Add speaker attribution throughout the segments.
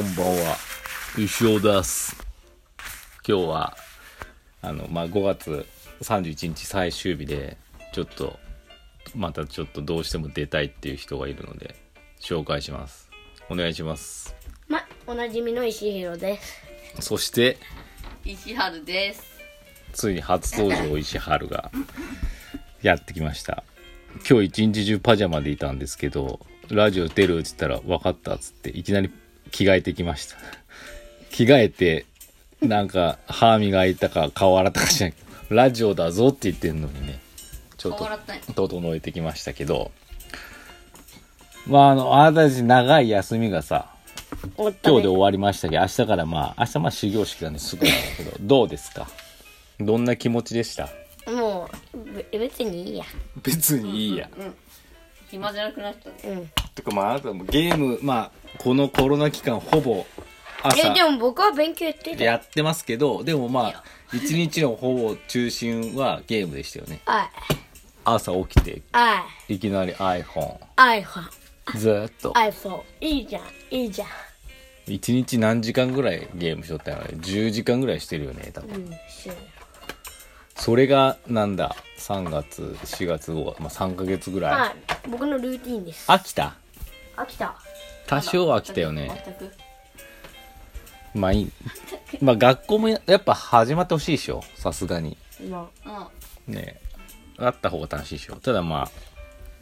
Speaker 1: んばんは。石尾です。今日は、あの、まあ、5月31日最終日で、ちょっと、またちょっとどうしても出たいっていう人がいるので、紹介します。お願いします。
Speaker 2: ま、おなじみの石ひろです。
Speaker 1: そして、
Speaker 3: 石春です。
Speaker 1: ついに初登場石原がやってきました今日一日中パジャマでいたんですけどラジオ出るって言ったら分かったっつっていきなり着替えてきました着替えてなんか歯磨いたか顔洗ったかしないラジオだぞって言ってんのにねちょっ
Speaker 3: 顔洗ったんや
Speaker 1: と整えてきましたけどまああのあなたたち長い休みがさ
Speaker 2: おった
Speaker 1: 今日で
Speaker 2: ね
Speaker 1: 終わりましたけど明日からまあ明日まあ始業式なんですぐなんだ けどどうですかどんな気持ちでした
Speaker 2: もう、べ別にいいや。
Speaker 1: 別にいいや、
Speaker 3: 暇じゃなくなったね。
Speaker 2: うん。
Speaker 1: とかまああなたもゲームまあこのコロナ期間ほぼ朝
Speaker 2: え、でも僕は勉強やってたよ。
Speaker 1: やってますけどでもまあ一日のほぼ中心はゲームでしたよね
Speaker 2: あい、
Speaker 1: 朝起きて
Speaker 2: あ
Speaker 1: いきなり iPhone
Speaker 2: い、iPhone、
Speaker 1: ずーっと
Speaker 2: iPhone。いいじゃん、いいじゃん。
Speaker 1: 一日何時間ぐらいゲームしとったの10時間ぐらいしてるよね多分
Speaker 2: うん、し
Speaker 1: それがなんだ3月4月5月、まあ、3ヶ月ぐらい、
Speaker 2: はい、僕のルーティンです。
Speaker 1: 飽きた
Speaker 2: 飽きた。
Speaker 1: 多少飽きたよね
Speaker 3: 全く。
Speaker 1: まあいいまあ学校もややっぱ始まってほしいでしょさすがに
Speaker 2: 今。
Speaker 3: あ、
Speaker 1: ねあった方が楽しいでしょただまあ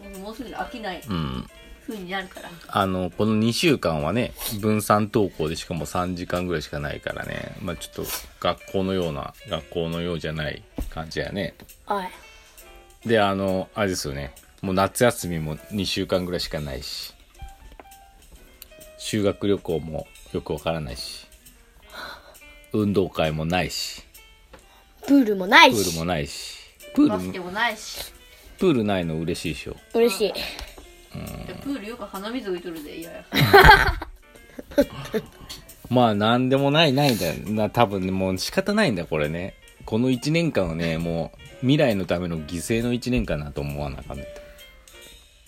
Speaker 3: 僕もうすぐ飽きない
Speaker 1: うん
Speaker 3: 風になるから。
Speaker 1: あのこの2週間はね分散登校でしかも3時間ぐらいしかないからねまあちょっと学校のような学校のようじゃない感じやね
Speaker 2: はい。
Speaker 1: であのあれですよねもう夏休みも2週間ぐらいしかないし修学旅行もよくわからないし運動会もないし
Speaker 2: プールもない
Speaker 1: プール
Speaker 2: し。
Speaker 1: もないしプ
Speaker 3: バ
Speaker 1: ー
Speaker 3: スケ
Speaker 1: ル
Speaker 3: もないし。
Speaker 1: プールないの嬉しいでしょ
Speaker 2: 嬉しい。
Speaker 3: でプールよく鼻水浮いとるで、いやいや。
Speaker 1: まあなんでもないないんだよな多分ねもう仕方ないんだこれねこの1年間はねもう未来のための犠牲の1年間だと思わなあかんね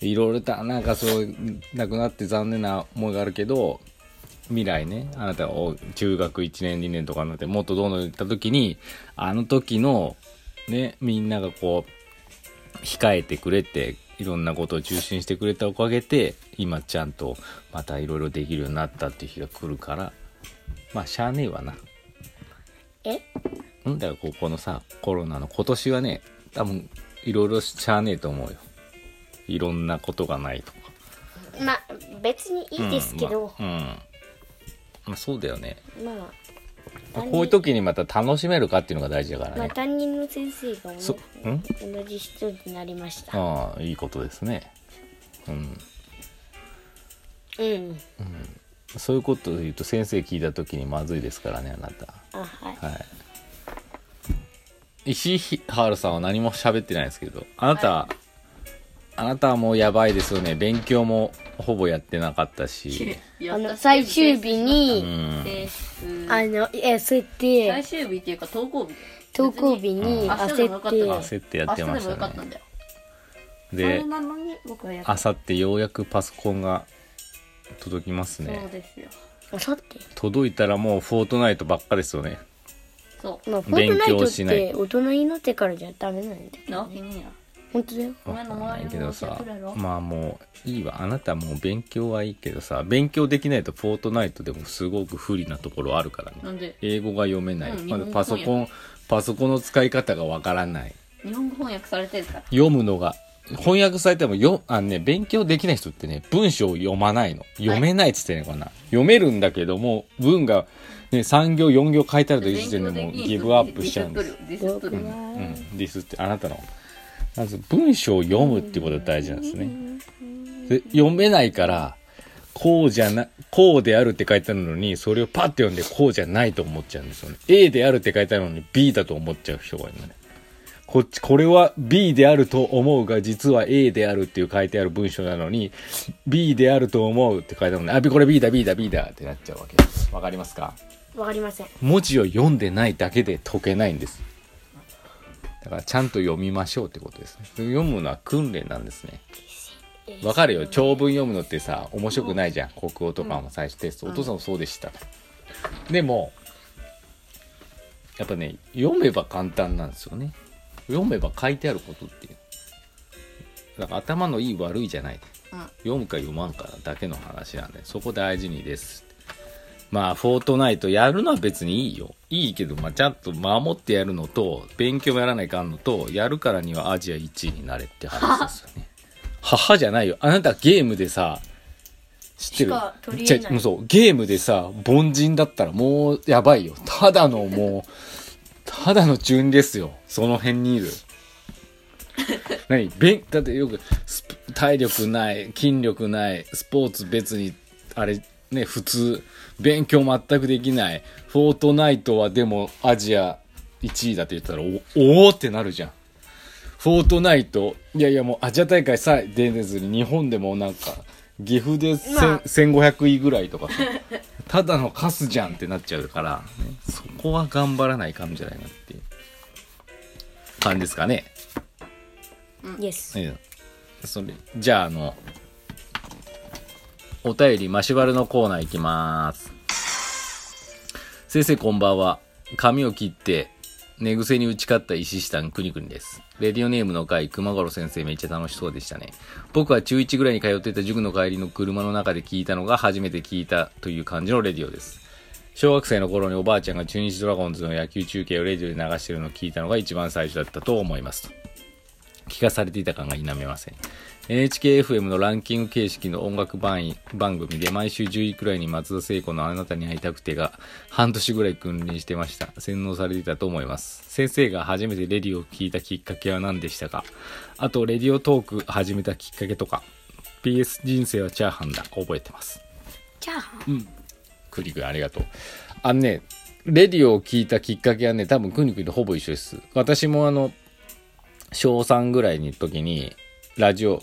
Speaker 1: いろいろとなんかそうなくなって残念な思いがあるけど未来ねあなたがお中学1年2年とかになってもっとどんどん行った時にあの時のねみんながこう控えてくれていろんなことを中心してくれたおかげで今ちゃんとまたいろいろできるようになったっていう日が来るからまあしゃあねえわな
Speaker 2: え
Speaker 1: なんだよここのさコロナの今年はね多分いろいろしゃあねえと思うよいろんなことがないとか
Speaker 2: ま、別にいいですけど、
Speaker 1: うんまあうんまあそうだよね
Speaker 2: まあ、
Speaker 1: こういう時にまた楽しめるかっていうのが大事だから
Speaker 2: まあ
Speaker 1: ね、
Speaker 2: 担任の先生がね
Speaker 1: そうん
Speaker 2: 同じ人になりました。
Speaker 1: ああいいことですねうん
Speaker 2: うん。
Speaker 1: そういうことを言うと先生聞いた時にまずいですからねあなた
Speaker 2: あ、はい。
Speaker 1: はい。石原さんは何も喋ってないですけど、あなた、あなたはもうやばいですよね。勉強もほぼやってなかったし。
Speaker 2: あの、最終日。
Speaker 1: う
Speaker 2: に、
Speaker 1: ん。
Speaker 3: です。
Speaker 2: あの、え、そうやって、
Speaker 3: 最終日っていうか、登校日。
Speaker 2: 投稿日に
Speaker 3: 別に
Speaker 2: 焦って、
Speaker 3: うん明日でもよか
Speaker 1: 焦ってやっ
Speaker 3: 明
Speaker 1: て
Speaker 3: 日でも
Speaker 1: まし
Speaker 3: よか
Speaker 1: た
Speaker 3: ったん
Speaker 1: ね。
Speaker 3: だよ。そ
Speaker 1: で
Speaker 3: れ、なのに、僕はやっ
Speaker 1: あさってようやくパソコンが届きます
Speaker 3: そう
Speaker 1: ね。
Speaker 3: ですよ。
Speaker 2: あさって。
Speaker 1: 届いたらもうフォートナイトばっかですよね。
Speaker 3: そ
Speaker 2: まあ、フォー
Speaker 1: 勉
Speaker 2: トナイト
Speaker 1: 強
Speaker 2: っ
Speaker 1: しない
Speaker 2: て大人になってからじゃダメなんだよ。
Speaker 3: う。なわけねえや。
Speaker 2: 本当だよ。
Speaker 3: お前の周りの
Speaker 1: けどさ
Speaker 3: くらいの
Speaker 1: まあもういいわあなたもう勉強はいいけどさ勉強できないとフォートナイトでもすごく不利なところあるからね
Speaker 3: なんで
Speaker 1: 英語が読めない、
Speaker 3: うん
Speaker 1: まだ
Speaker 3: 日本語
Speaker 1: パソコンパソコンの使い方がわからない
Speaker 3: 日本語翻訳されてるから。
Speaker 1: 読むのが翻訳されてもよあのね勉強できない人ってね文章を読まないの読めないっつってんのかな、読めるんだけども文が、ね、3行4行書いてあると時点でもうギブアップしちゃうんです
Speaker 3: ディスっとる。ディスっとる
Speaker 2: 僕は
Speaker 1: うん、ですってあなたのまず文章を読むっていうことが大事なんですねで読めないからこうじゃなこうであるって書いてあるのにそれをパッて読んでこうじゃないと思っちゃうんですよね A であるって書いてあるのに B だと思っちゃう人がいるのねこっちこれは B であると思うが実は A であるっていう書いてある文章なのに B であると思うって書いてあるのにあこれ B だ B だ B だってなっちゃうわけですわかりますか
Speaker 2: わかりません。
Speaker 1: 文字を読んでないだけで解けないんですだからちゃんと読みましょうってことですね読むのは訓練なんですねわかるよ長文読むのってさ面白くないじゃん国語とかも最初テスト、
Speaker 3: うん
Speaker 1: お父さんもそうでした、でもやっぱね読めば簡単なんですよね読めば書いてあることっていうだから頭のいい悪いじゃない
Speaker 3: うん
Speaker 1: 読むか読まんかだけの話なんでそこ大事にですまあフォートナイトやるのは別にいいよいいけど、まあ、ちゃんと守ってやるのと勉強もやらないかんのとやるからにはアジア1位になれって話ですよ ね母じゃないよあなたゲームでさ知ってる
Speaker 2: しか取り
Speaker 1: じ
Speaker 2: 柄
Speaker 1: ゃ
Speaker 2: ない
Speaker 1: もうそうゲームでさ凡人だったらもうやばいよただのもうただの順ですよその辺にいる何べんだってよくスポ体力ない筋力ないスポーツ別にあれね普通勉強全くできないフォートナイトはでもアジア1位だって言ったらおおーってなるじゃんフォートナイトいやいやもうアジア大会さえ出れずに日本でもなんか岐阜でせん、
Speaker 2: まあ
Speaker 1: 1500位ぐらいとかさただのカスじゃんってなっちゃうから、ねそこは頑張らないかんじゃないなっていう感じですかね
Speaker 2: イエス
Speaker 1: ええそれじゃああのお便りマシュバルのコーナー行きます先生こんばんは髪を切って寝癖に打ち勝った石下くにくにですレディオネームの会熊五郎先生めっちゃ楽しそうでしたね僕は中1ぐらいに通っていた塾の帰りの車の中で聞いたのが初めて聞いたという感じのレディオです小学生の頃におばあちゃんが中日ドラゴンズの野球中継をレディオで流してるのを聞いたのが一番最初だったと思いますと聞かされていた感が否めません NHKFM のランキング形式の音楽番位番組で毎週10位くらいに松田聖子の「あなたに会いたくて」が半年ぐらい君臨してました洗脳されていたと思います先生が初めてレディを聞いたきっかけは何でしたかあとレディオトーク始めたきっかけとか PS 人生はチャーハンだ覚えてます
Speaker 2: チャーハン
Speaker 1: くにくんありがとうあのねレディオを聞いたきっかけはね多分くにくんとほぼ一緒です私もあの小3ぐらいの時にラジオ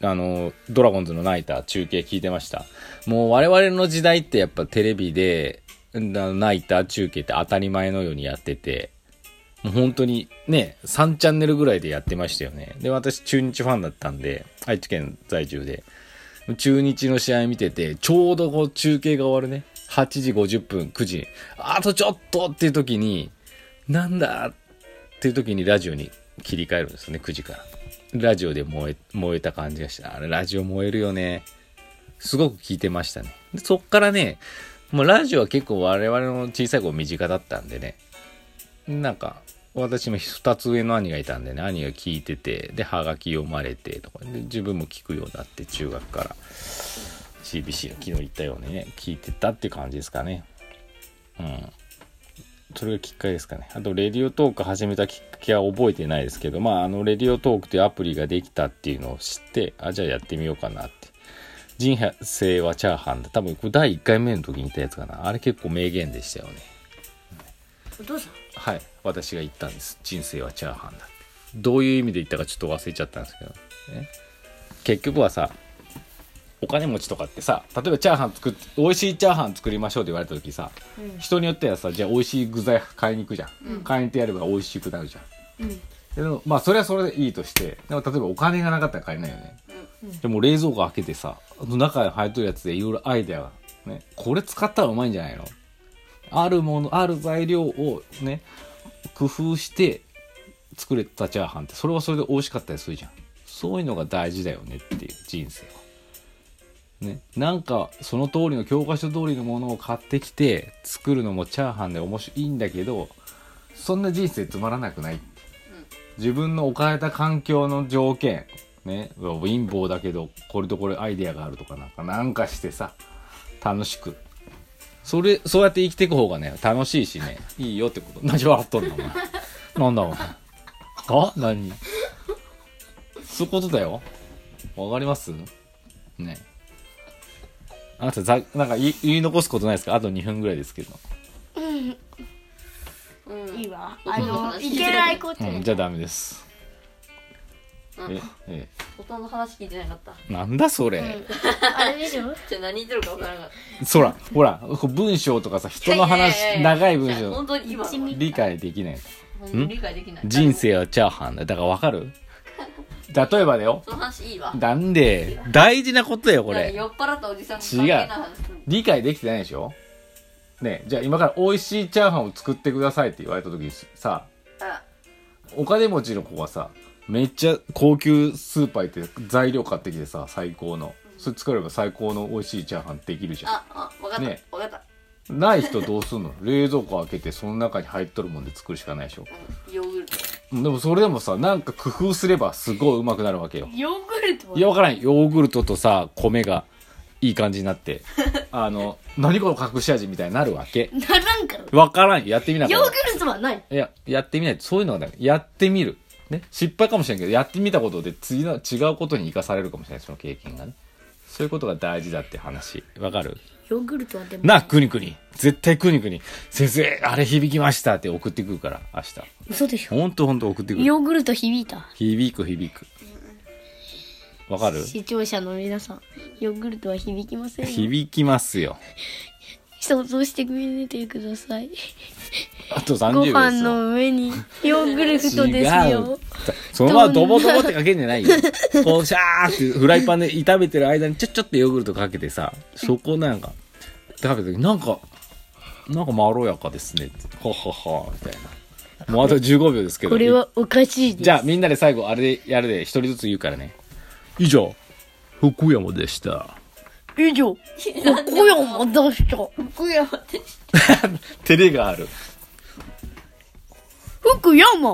Speaker 1: あのドラゴンズのナイター中継聞いてましたもう我々の時代ってやっぱテレビでなナイター中継って当たり前のようにやっててもう本当にね3チャンネルぐらいでやってましたよねで私中日ファンだったんで愛知県在住で中日の試合見てて、ちょうどこう中継が終わるね。8時50分、9時。あとちょっとっていう時に、なんだっていう時にラジオに切り替えるんですよね、9時から。ラジオで燃え、燃えた感じがした。あれ、ラジオ燃えるよね。すごく聞いてましたね。でそっからね、もうラジオは結構我々の小さい頃身近だったんでね。なんか、私も2つ上の兄がいたんでね、兄が聞いてて、で、ハガキ読まれてとか、で自分も聞くようになって、中学から。CBC の昨日言ったようにね、聞いてたって感じですかね。うん。それがきっかけですかね。あと、レディオトーク始めたきっかけは覚えてないですけど、まあ、あの、レディオトークというアプリができたっていうのを知って、あ、じゃあやってみようかなって。人生はチャーハンだ。多分、これ第1回目の時に言ったやつかな。あれ結構名言でしたよね。
Speaker 2: お父さん
Speaker 1: はい私が言ったんです人生はチャーハンだってどういう意味で言ったかちょっと忘れちゃったんですけど、ね、結局はさお金持ちとかってさ例えばチャーハン作って美味しいチャーハン作りましょうって言われた時さ、
Speaker 2: うん
Speaker 1: 人によってはさじゃあ美味しい具材買いに行くじゃん、
Speaker 3: うん
Speaker 1: 買いに行ってやれば美味しくなるじゃん
Speaker 3: うん
Speaker 1: でもまあそれはそれでいいとしてでも例えばお金がなかったら買えないよね、でも冷蔵庫開けてさあの中に入っとるやつでいろいろアイデアが、ね、これ使ったらうまいんじゃないのあるものある材料をね工夫して作れたチャーハンってそれはそれで美味しかったりするじゃんそういうのが大事だよねっていう人生は。ね、なんかその通りの教科書通りのものを買ってきて作るのもチャーハンで面白いんだけどそんな人生つまらなくないって自分の置かれた環境の条件ね貧乏だけどこれとこれアイデアがあるとかなんかなんかしてさ楽しくそれそうやって生きていく方がね楽しいしねいいよってこと何笑っとるのお前なんだお前あ何そういうことだよわかりますねあなたざなんか言い言い残すことないですかあと2分ぐらいですけど、
Speaker 3: うん
Speaker 2: いいわ
Speaker 3: お父
Speaker 2: あ
Speaker 3: さんの
Speaker 2: の
Speaker 3: 話
Speaker 2: いけないこと
Speaker 1: うん、じゃあダメですええ
Speaker 3: 大人の話聞いてなかった
Speaker 1: えなんだそれ、
Speaker 2: あれでしょ
Speaker 3: じゃあ何言ってるか分からなかっ
Speaker 1: そら、ほら、こう文章とかさ、
Speaker 3: た
Speaker 1: 人の話、
Speaker 3: いやいやいや
Speaker 1: 長い文
Speaker 3: や
Speaker 1: 章、
Speaker 3: 本当に今の
Speaker 2: 一味
Speaker 1: 理解できない。
Speaker 3: 本当に理解できない
Speaker 1: 人生はチャーハンだ。だからわかる例えばだよ
Speaker 3: その話いいわ
Speaker 1: なんで大事なことだよこ
Speaker 3: い
Speaker 1: れ
Speaker 3: や酔っ払ったおじさんと関係ない話する
Speaker 1: 理解できてないでしょねえじゃあ今から美味しいチャーハンを作ってくださいって言われた時にさ
Speaker 3: あ
Speaker 1: お金持ちの子がさめっちゃ高級スーパー行って材料買ってきてさ最高のそれ作れば最高の美味しいチャーハンできるじゃん
Speaker 3: ああ分かった、
Speaker 1: ね
Speaker 3: 分かった
Speaker 1: ない人どうすんの冷蔵庫開けてその中に入っとるもんで作るしかないでしょ
Speaker 3: ヨーグルト
Speaker 1: でもそれでもさなんか工夫すればすごいうまくなるわけよ
Speaker 3: ヨーグルト
Speaker 1: いやわからんヨーグルトとさ米がいい感じになって あの何この隠し味みたいになるわけ
Speaker 2: ならんから。
Speaker 1: わからんよやってみなか
Speaker 2: ヨ
Speaker 1: っ
Speaker 2: ー
Speaker 1: た
Speaker 2: グルトはない。
Speaker 1: いや、やってみないと。そういうのはダメ。やってみる。ね。失敗かもしれんけど、やってみたことで次の違うことに生かされるかもしれない。その経験がね。そういうことが大事だって話。わかる
Speaker 2: ヨーグルトはでも。
Speaker 1: なあ、くにくに。絶対くにくに。先生、あれ響きましたって送ってくるから、明日。
Speaker 2: 嘘でしょ。
Speaker 1: ほんとほんと送ってくる。
Speaker 2: ヨーグルト響いた。
Speaker 1: 響く響く。わかる
Speaker 2: 視聴者の皆さん、ヨーグルトは響きませんよ。
Speaker 1: 響きますよ。
Speaker 2: 想像してみてください。
Speaker 1: あと30秒
Speaker 2: ご
Speaker 1: ですよ。
Speaker 2: 飯の上にヨーグルトですよ。
Speaker 1: そのままドボドボってかけんじゃないよ。こう、シャーってフライパンで炒めてる間にちょっちょってヨーグルトかけてさ、そこなんか、食べた時なんか、なんかまろやかですね。ははは、みたいな。もうあと15秒ですけど。
Speaker 2: これはおかしいです。
Speaker 1: じゃあみんなで最後あれやるで一人ずつ言うからね。以上、福山でした。
Speaker 2: 以上、福山出した。
Speaker 3: 福山って
Speaker 1: 照れがある。
Speaker 2: 福山